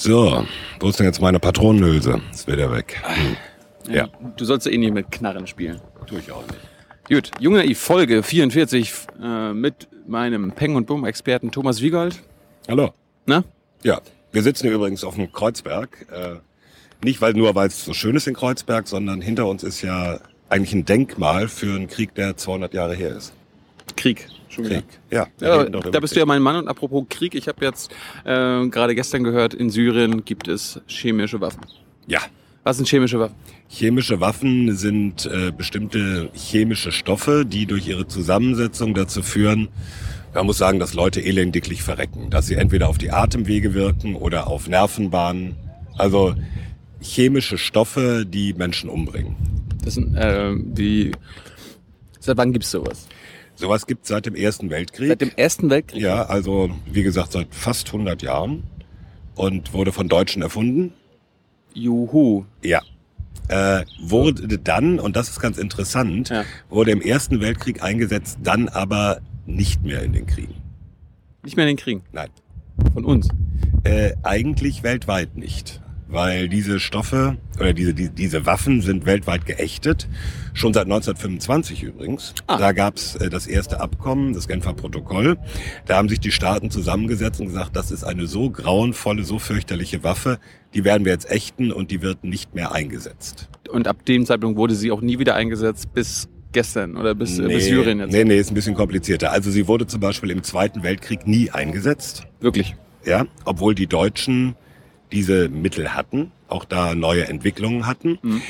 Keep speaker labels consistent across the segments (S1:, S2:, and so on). S1: So, wo ist denn jetzt meine Patronenhülse? Ist wieder weg. Hm. Ja.
S2: Du sollst ja eh nicht mit Knarren spielen.
S1: Tue ich auch nicht.
S2: Gut, Junge, ich Folge 44 äh, mit meinem Peng und Bumm-Experten Thomas Wiegold. ne?
S1: Hallo.
S2: Na?
S1: Ja, wir sitzen hier übrigens auf dem Kreuzberg. Äh, nicht weil nur, weil es so schön ist in Kreuzberg, sondern hinter uns ist ja eigentlich ein Denkmal für einen Krieg, der 200 Jahre her ist.
S2: Krieg. Schon wieder.
S1: Krieg. Ja, wir
S2: Ja,
S1: reden doch
S2: da
S1: über
S2: bist du ja mein Mann und apropos Krieg, ich habe jetzt äh, gerade gestern gehört, in Syrien gibt es chemische Waffen.
S1: Krieg. Ja.
S2: Was sind chemische Waffen?
S1: Chemische Waffen sind äh, bestimmte chemische Stoffe, die durch ihre Zusammensetzung dazu führen, man muss sagen, dass Leute elendiglich verrecken, dass sie entweder auf die Atemwege wirken oder auf Nervenbahnen. Also chemische Stoffe, die Menschen umbringen.
S2: Das sind äh, die. Seit wann gibt's sowas?
S1: Sowas gibt es seit dem Ersten Weltkrieg.
S2: Seit dem Ersten Weltkrieg.
S1: ja, also wie gesagt, seit fast 100 Jahren und wurde von Deutschen erfunden.
S2: Juhu.
S1: Ja. Äh, wurde dann, und das ist ganz interessant,
S2: Ja.
S1: wurde im Ersten Weltkrieg eingesetzt, dann aber nicht mehr in den Kriegen.
S2: Nicht mehr in den Krieg.
S1: Nein.
S2: Von uns.
S1: Äh, eigentlich weltweit nicht. Weil diese Stoffe oder diese, die, diese Waffen sind weltweit geächtet. Schon seit 1925 übrigens.
S2: Ah.
S1: Da gab's äh, das erste Abkommen, das Genfer Protokoll. Da haben sich die Staaten zusammengesetzt und gesagt, das ist eine so grauenvolle, so fürchterliche Waffe, die werden wir jetzt ächten und die wird nicht mehr eingesetzt.
S2: Und ab dem Zeitpunkt wurde sie auch nie wieder eingesetzt bis gestern oder bis, äh, bis Syrien jetzt.
S1: Nee, nee, ist ein bisschen komplizierter. Also sie wurde zum Beispiel im Zweiten Weltkrieg nie eingesetzt,
S2: Wirklich.
S1: ja, obwohl die Deutschen diese Mittel hatten, auch da neue Entwicklungen hatten.
S2: Mhm.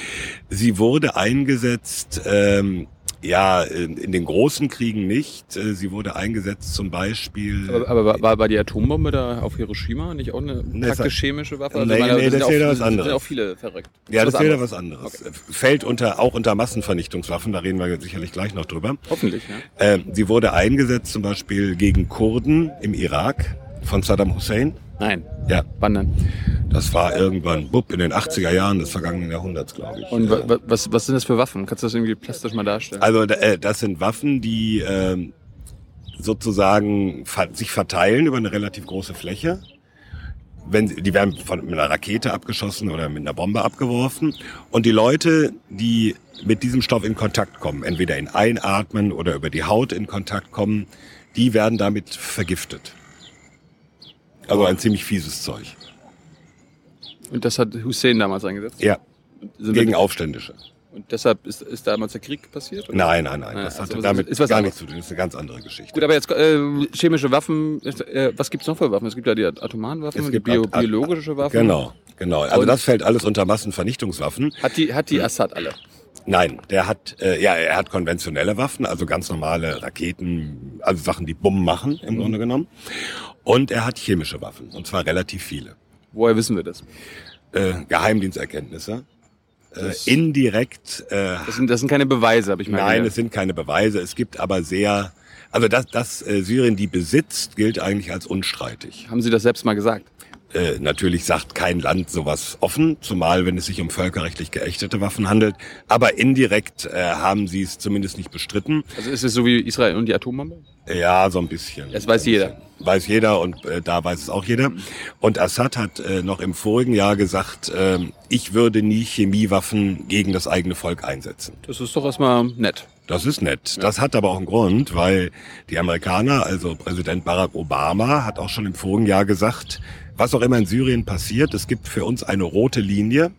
S1: Sie wurde eingesetzt, ähm, ja, in in den großen Kriegen nicht. Äh, Sie wurde eingesetzt zum Beispiel.
S2: Aber, aber war, war die Atombombe da auf Hiroshima nicht auch eine
S1: Nee,
S2: praktisch
S1: das-
S2: chemische Waffe?
S1: Nee,
S2: ich meine,
S1: nee,
S2: da sind
S1: das
S2: ja
S1: ist ja
S2: auch,
S1: was
S2: sind
S1: anderes.
S2: ja auch viele verrückt.
S1: ja, das ist wieder
S2: anderes.
S1: was anderes. Äh, Fällt unter, auch unter Massenvernichtungswaffen, da reden wir sicherlich gleich noch drüber.
S2: Hoffentlich, ne? ja.
S1: Äh, sie wurde eingesetzt zum Beispiel gegen Kurden im Irak von Saddam Hussein.
S2: Nein.
S1: Ja,
S2: Wann denn?
S1: Das war irgendwann, bupp, in den 80er Jahren des vergangenen Jahrhunderts, glaube ich.
S2: Und
S1: Ja.
S2: wa- wa- was, was sind das für Waffen? Kannst du das irgendwie plastisch mal darstellen?
S1: also da- äh, das sind Waffen, die ähm, sozusagen ver sich verteilen über eine relativ große Fläche. Wenn, sie- die werden von, mit einer Rakete abgeschossen oder mit einer Bombe abgeworfen. Und die Leute, die mit diesem Stoff in Kontakt kommen, entweder in Einatmen oder über die Haut in Kontakt kommen, die werden damit vergiftet. Also ein ziemlich fieses Zeug.
S2: Und das hat Hussein damals eingesetzt?
S1: Ja,
S2: Und sind wir-
S1: Also- gegen Aufständische.
S2: Und deshalb ist, ist damals der Krieg passiert? oder?
S1: Nein, nein, nein.
S2: Nein,
S1: Das
S2: also
S1: hatte
S2: was-
S1: damit
S2: ist was
S1: gar
S2: anderes.
S1: nichts zu tun. Das ist eine ganz andere Geschichte.
S2: Gut, aber jetzt äh, chemische Waffen, äh, was gibt's noch für Waffen? Es gibt ja die atomaren Waffen, die bio
S1: At- At-
S2: biologische Waffen.
S1: Genau, genau. Also
S2: Und-
S1: das fällt alles unter Massenvernichtungswaffen.
S2: Hat die, hat die Assad alle?
S1: Nein, der hat, äh, ja, er hat konventionelle Waffen, also ganz normale Raketen, also Sachen, die Bumm machen im
S2: Mhm.
S1: Grunde genommen. Und er hat chemische Waffen, und zwar relativ viele.
S2: Woher wissen wir das?
S1: Äh, Geheimdiensterkenntnisse. Äh,
S2: Das-
S1: indirekt äh,
S2: Das sind, das sind keine Beweise, habe ich mal
S1: Nein, es
S2: gehört.
S1: sind keine Beweise. Es gibt aber sehr, also dass, dass äh, Syrien die besitzt, gilt eigentlich als unstreitig.
S2: Haben Sie das selbst mal gesagt?
S1: Äh, natürlich sagt kein Land sowas offen, zumal wenn es sich um völkerrechtlich geächtete Waffen handelt. Aber indirekt äh, haben sie es zumindest nicht bestritten.
S2: Also ist es so wie Israel und die Atombombe?
S1: Ja, so ein bisschen.
S2: Das weiß jeder.
S1: Weiß jeder und äh, da weiß es auch jeder. Und Assad hat äh, noch im vorigen Jahr gesagt, ähm, ich würde nie Chemiewaffen gegen das eigene Volk einsetzen.
S2: Das ist doch erstmal nett.
S1: Das ist nett. Das hat aber auch einen Grund, weil die Amerikaner, also Präsident Barack Obama, hat auch schon im vorigen Jahr gesagt, was auch immer in Syrien passiert, es gibt für uns eine rote Linie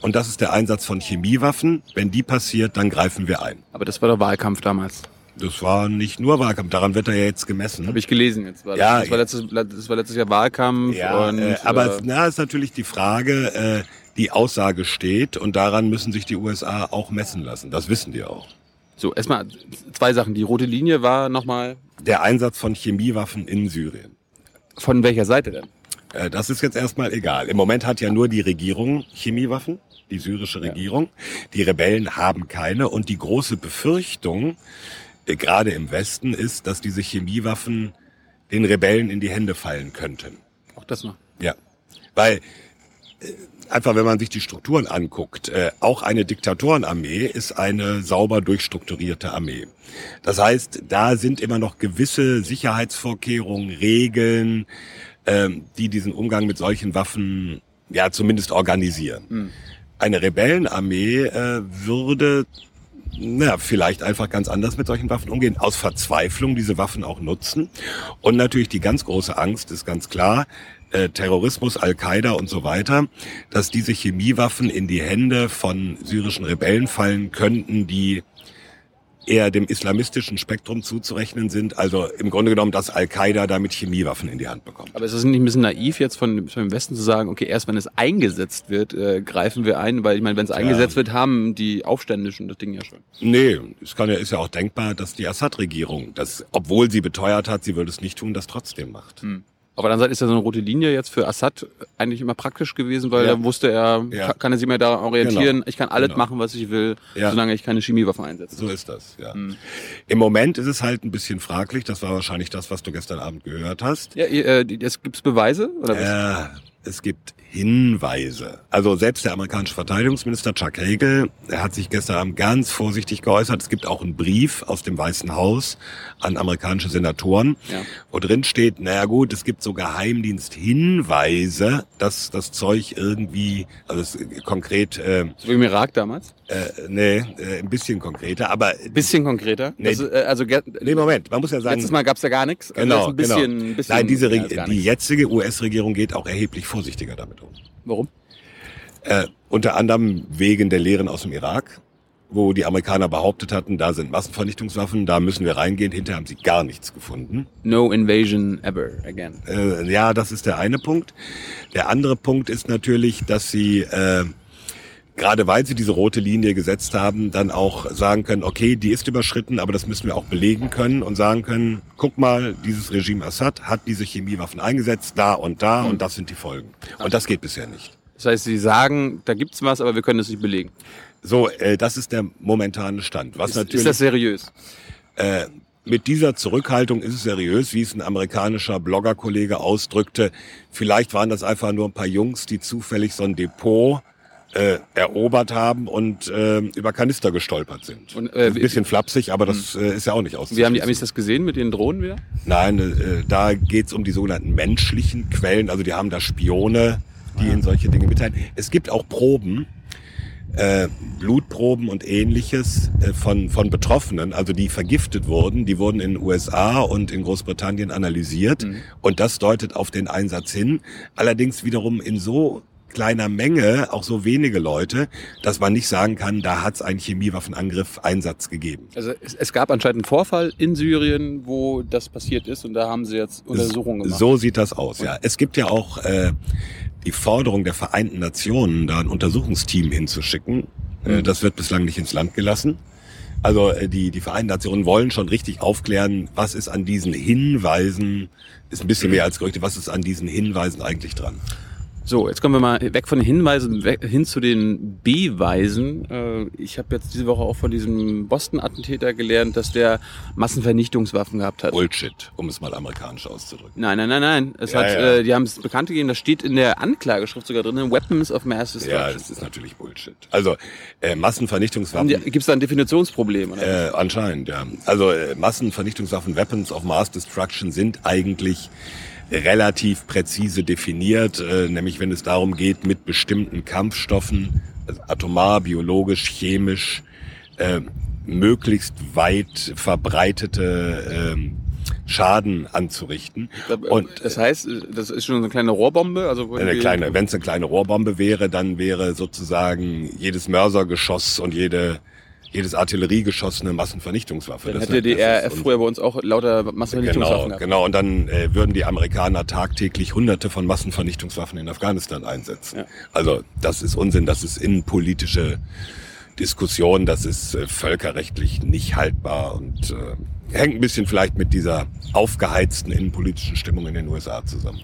S1: und das ist der Einsatz von Chemiewaffen. Wenn die passiert, dann greifen wir ein.
S2: Aber das war der Wahlkampf damals.
S1: Das war nicht nur Wahlkampf, daran wird er ja jetzt gemessen.
S2: Habe ich gelesen jetzt. War
S1: Ja,
S2: das, das, war letztes, das war letztes Jahr Wahlkampf.
S1: Ja,
S2: und,
S1: äh, aber
S2: äh,
S1: na, ist natürlich die Frage, äh, die Aussage steht und daran müssen sich die USA auch messen lassen. Das wissen die auch.
S2: so, erstmal zwei Sachen. Die rote Linie war nochmal.
S1: Der Einsatz von Chemiewaffen in Syrien.
S2: Von welcher Seite denn?
S1: Äh, Das ist jetzt erstmal egal. Im Moment hat ja nur die Regierung Chemiewaffen, die syrische Regierung. Die Rebellen haben keine. Und die große Befürchtung, äh, gerade im Westen, ist, dass diese Chemiewaffen den Rebellen in die Hände fallen könnten.
S2: Auch das noch.
S1: Ja. Weil äh, einfach, wenn man sich die Strukturen anguckt, äh, auch eine Diktatorenarmee ist eine sauber durchstrukturierte Armee. Das heißt, da sind immer noch gewisse Sicherheitsvorkehrungen, Regeln, ähm, die diesen Umgang mit solchen Waffen ja zumindest organisieren. Eine Rebellenarmee äh, würde naja, vielleicht einfach ganz anders mit solchen Waffen umgehen, aus Verzweiflung diese Waffen auch nutzen. Und natürlich die ganz große Angst ist ganz klar, äh, Terrorismus, Al-Qaida und so weiter, dass diese Chemiewaffen in die Hände von syrischen Rebellen fallen könnten, die eher dem islamistischen Spektrum zuzurechnen sind. Also im Grunde genommen, dass Al-Qaida damit Chemiewaffen in die Hand bekommt.
S2: Aber ist es nicht ein bisschen naiv, jetzt von, von dem Westen zu sagen, okay, erst wenn es eingesetzt wird, äh, greifen wir ein, weil ich meine, wenn es eingesetzt wird, haben die Aufständischen das Ding ja schon.
S1: Nee, es kann ja, ist ja auch denkbar, dass die Assad-Regierung das, obwohl sie beteuert hat, sie würde es nicht tun, das trotzdem macht.
S2: Auf der anderen Seite ist ja so eine rote Linie jetzt für Assad eigentlich immer praktisch gewesen, weil
S1: Ja.
S2: da wusste er,
S1: Ja.
S2: ka- kann er sich mehr daran orientieren,
S1: Genau.
S2: ich kann alles
S1: Genau.
S2: machen, was ich will,
S1: Ja.
S2: solange ich keine Chemiewaffen einsetze.
S1: So ist das, ja. Im Moment ist es halt ein bisschen fraglich. Das war wahrscheinlich das, was du gestern Abend gehört hast.
S2: Ja, ihr, äh, die- jetzt gibt's Beweise? Oder was?
S1: Äh, es gibt Hinweise. Also selbst der amerikanische Verteidigungsminister Chuck Hagel, er hat sich gestern Abend ganz vorsichtig geäußert. Es gibt auch einen Brief aus dem Weißen Haus an amerikanische Senatoren,
S2: Ja.
S1: wo drin steht, naja gut, es gibt so Geheimdiensthinweise, dass das Zeug irgendwie, also es, konkret, äh,
S2: So wie im Irak damals?
S1: äh, nee, äh, ein bisschen konkreter, aber...
S2: Bisschen konkreter.
S1: Nee.
S2: Das ist, äh, also ge-
S1: Nee, Moment, man muss ja sagen,
S2: letztes Mal gab's ja gar nichts. Also das
S1: Genau,
S2: ist ein bisschen,
S1: genau.
S2: ein bisschen
S1: Nein, diese
S2: mehr
S1: Reg-
S2: als gar
S1: die
S2: nichts.
S1: jetzige US-Regierung geht auch erheblich vorsichtiger damit um.
S2: Warum?
S1: Äh, unter anderem wegen der Lehren aus dem Irak, wo die Amerikaner behauptet hatten, da sind Massenvernichtungswaffen, da müssen wir reingehen. Hinterher haben sie gar nichts gefunden.
S2: No invasion ever again.
S1: Äh, ja, das ist der eine Punkt. Der andere Punkt ist natürlich, dass sie, äh, gerade weil sie diese rote Linie gesetzt haben, dann auch sagen können, okay, die ist überschritten, aber das müssen wir auch belegen können und sagen können, guck mal, dieses Regime Assad hat diese Chemiewaffen eingesetzt, da und da
S2: Hm.
S1: und das sind die Folgen. Und das geht bisher nicht.
S2: Das heißt, sie sagen, da gibt's was, aber wir können das nicht belegen.
S1: So, äh, das ist der momentane Stand. Was
S2: Ist,
S1: natürlich
S2: ist das seriös?
S1: Äh, mit dieser Zurückhaltung ist es seriös, wie es ein amerikanischer Bloggerkollege ausdrückte. Vielleicht waren das einfach nur ein paar Jungs, die zufällig so ein Depot äh, erobert haben und äh, über Kanister gestolpert sind.
S2: Und,
S1: Und,
S2: äh,
S1: ein bisschen flapsig, aber das äh, ist ja auch nicht
S2: Wie haben die
S1: auszuschließen.
S2: Amis das gesehen mit den Drohnen wieder?
S1: Nein, äh, da geht's um die sogenannten menschlichen Quellen. Also die haben da Spione, die in solche Dinge mitteilen. Es gibt auch Proben, äh, Blutproben und ähnliches äh, von, von Betroffenen, also die vergiftet wurden. Die wurden in den USA und in Großbritannien analysiert. Und das deutet auf den Einsatz hin. Allerdings wiederum in so kleiner Menge, auch so wenige Leute, dass man nicht sagen kann, da hat's einen Chemiewaffenangriff Einsatz gegeben.
S2: Also es, es gab anscheinend einen Vorfall in Syrien, wo das passiert ist und da haben sie jetzt Untersuchungen gemacht.
S1: So sieht das aus, ja. Es gibt ja auch äh, die Forderung der Vereinten Nationen, da ein Untersuchungsteam hinzuschicken. Äh, das wird bislang nicht ins Land gelassen. Also äh, die, die Vereinten Nationen wollen schon richtig aufklären, was ist an diesen Hinweisen, ist ein bisschen mehr als Gerüchte, was ist an diesen Hinweisen eigentlich dran?
S2: So, jetzt kommen wir mal weg von den Hinweisen weg, hin zu den Beweisen. Äh, Ich habe jetzt diese Woche auch von diesem Boston-Attentäter gelernt, dass der Massenvernichtungswaffen gehabt hat.
S1: Bullshit, um es mal amerikanisch auszudrücken.
S2: Nein, nein, nein, nein. Es
S1: Ja,
S2: hat,
S1: ja.
S2: Äh, die haben es bekannt gegeben, das steht in der Anklageschrift sogar drin, Weapons of Mass
S1: Ja,
S2: Destruction.
S1: das ist natürlich Bullshit. Also äh, Massenvernichtungswaffen.
S2: Ja, Gibt es da ein Definitionsproblem?
S1: Äh,
S2: Oder?
S1: anscheinend, ja. Also äh, Massenvernichtungswaffen, Weapons of Mass Destruction sind eigentlich relativ präzise definiert, äh, nämlich wenn es darum geht, mit bestimmten Kampfstoffen, also atomar, biologisch, chemisch, äh, möglichst weit verbreitete ähm, Schaden anzurichten. Und
S2: das heißt, äh, das ist schon so eine kleine Rohrbombe? Also
S1: eine
S2: irgendwie-
S1: kleine, wenn es eine kleine Rohrbombe wäre, dann wäre sozusagen jedes Mörsergeschoss und jede jedes Artilleriegeschoss eine Massenvernichtungswaffe.
S2: Dann
S1: Das
S2: hätte die
S1: ist- das ist
S2: RAF früher bei uns auch lauter Massenvernichtungswaffen
S1: Genau,
S2: gehabt.
S1: genau. Und dann äh, würden die Amerikaner tagtäglich Hunderte von Massenvernichtungswaffen in Afghanistan einsetzen.
S2: Ja.
S1: Also das ist Unsinn, das ist innenpolitische Diskussion, das ist äh, völkerrechtlich nicht haltbar und äh, hängt ein bisschen vielleicht mit dieser aufgeheizten innenpolitischen Stimmung in den USA zusammen.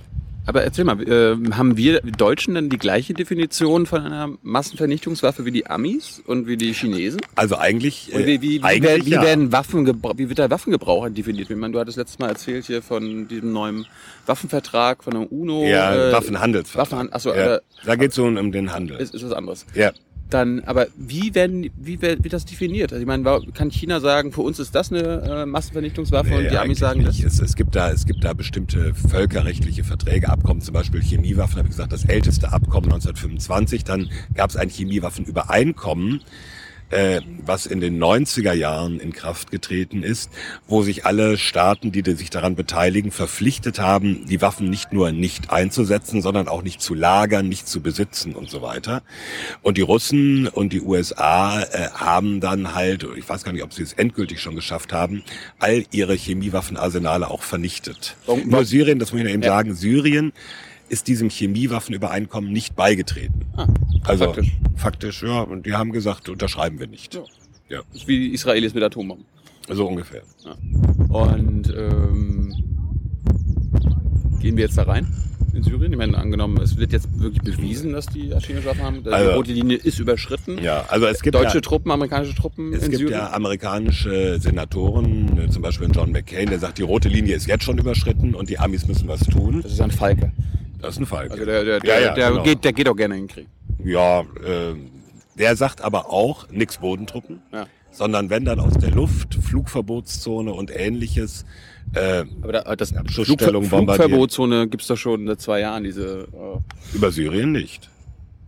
S2: Aber erzähl mal, äh, haben wir Deutschen denn die gleiche Definition von einer Massenvernichtungswaffe wie die Amis und wie die Chinesen?
S1: Also eigentlich, äh,
S2: Und wie, wie, wie,
S1: eigentlich
S2: werden, wie,
S1: ja.
S2: werden Waffen gebra- wie wird der Waffengebrauch definiert? Ich meine, du hattest letztes Mal erzählt hier von diesem neuen Waffenvertrag von der UNO.
S1: ja,
S2: äh, also,
S1: Waffenhandelsvertrag.
S2: Waffenhand- achso,
S1: ja.
S2: aber-
S1: Da geht es um, um den Handel.
S2: Ist, ist was anderes.
S1: ja.
S2: dann, aber wie werden, wie wer- wird das definiert? Also ich meine, wa- kann China sagen, für uns ist das eine äh, Massenvernichtungswaffe und
S1: Nee,
S2: die
S1: eigentlich
S2: Amis sagen
S1: nicht.
S2: das?
S1: Es, es, gibt da, es gibt da bestimmte völkerrechtliche Verträge, Abkommen, zum Beispiel Chemiewaffen, habe ich gesagt, das älteste Abkommen 1925. Dann gab es ein Chemiewaffenübereinkommen, äh, was in den 90er Jahren in Kraft getreten ist, wo sich alle Staaten, die sich daran beteiligen, verpflichtet haben, die Waffen nicht nur nicht einzusetzen, sondern auch nicht zu lagern, nicht zu besitzen und so weiter. Und die Russen und die USA äh, haben dann halt, ich weiß gar nicht, ob sie es endgültig schon geschafft haben, all ihre Chemiewaffenarsenale auch vernichtet.
S2: Warum-
S1: Nur Syrien, das muss ich ja eben
S2: Ja.
S1: sagen, Syrien ist diesem Chemiewaffenübereinkommen nicht beigetreten.
S2: Ah,
S1: Also
S2: faktisch.
S1: faktisch. faktisch, ja. Und die haben gesagt, unterschreiben wir nicht.
S2: Ja. Das ist Wie die Israelis mit Atombomben.
S1: So ungefähr.
S2: Und ähm, gehen wir jetzt da rein in Syrien? Ich meine, angenommen, es wird jetzt wirklich bewiesen, dass die chinesische Waffen haben. Die
S1: Also-
S2: rote Linie ist überschritten.
S1: Ja, also es gibt
S2: Deutsche
S1: ja,
S2: Truppen, amerikanische Truppen
S1: es
S2: in
S1: gibt
S2: Syrien.
S1: ja amerikanische Senatoren, äh, zum Beispiel John McCain, der sagt, die rote Linie ist jetzt schon überschritten und die Amis müssen was tun.
S2: Das ist ein Falke.
S1: Das ist ein Fall.
S2: Also der, der,
S1: ja,
S2: der,
S1: ja,
S2: der,
S1: genau.
S2: geht, der geht auch gerne in den Krieg.
S1: Ja, äh, der sagt aber auch nix Bodentruppen,
S2: Ja.
S1: sondern wenn dann aus der Luft, Flugverbotszone und ähnliches. Äh,
S2: Aber da, das
S1: Ja,
S2: Flugver
S1: Schussstellungen bombardieren.
S2: Flugverbotszone gibt's doch schon seit zwei Jahren, diese. Äh,
S1: über Syrien nicht.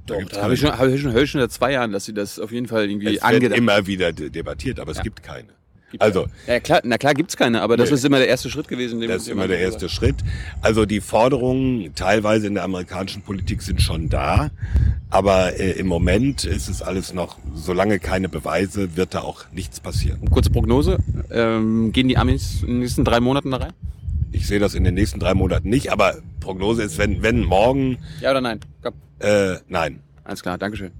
S1: Da
S2: doch,
S1: gibt's
S2: da habe ich
S1: keine.
S2: schon, habe ich schon, höre ich schon seit zwei Jahren, dass sie das auf jeden Fall irgendwie
S1: es wird
S2: angedacht
S1: immer wieder de- debattiert, aber es gibt keine.
S2: Gibt
S1: Also,
S2: ja, klar, Na klar gibt's keine, aber das
S1: Nee.
S2: ist immer der erste Schritt gewesen. Den
S1: Das ist
S2: den
S1: immer
S2: man
S1: der
S2: gesagt
S1: erste Schritt. Also die Forderungen teilweise in der amerikanischen Politik sind schon da, aber äh, im Moment ist es alles noch, solange keine Beweise, wird da auch nichts passieren.
S2: Kurze Prognose. Ähm, gehen die Amis in den nächsten drei Monaten da rein?
S1: Ich sehe das in den nächsten drei Monaten nicht, aber Prognose ist, wenn, wenn morgen,
S2: Ja oder nein? Komm.
S1: äh, nein.
S2: Alles klar, Dankeschön.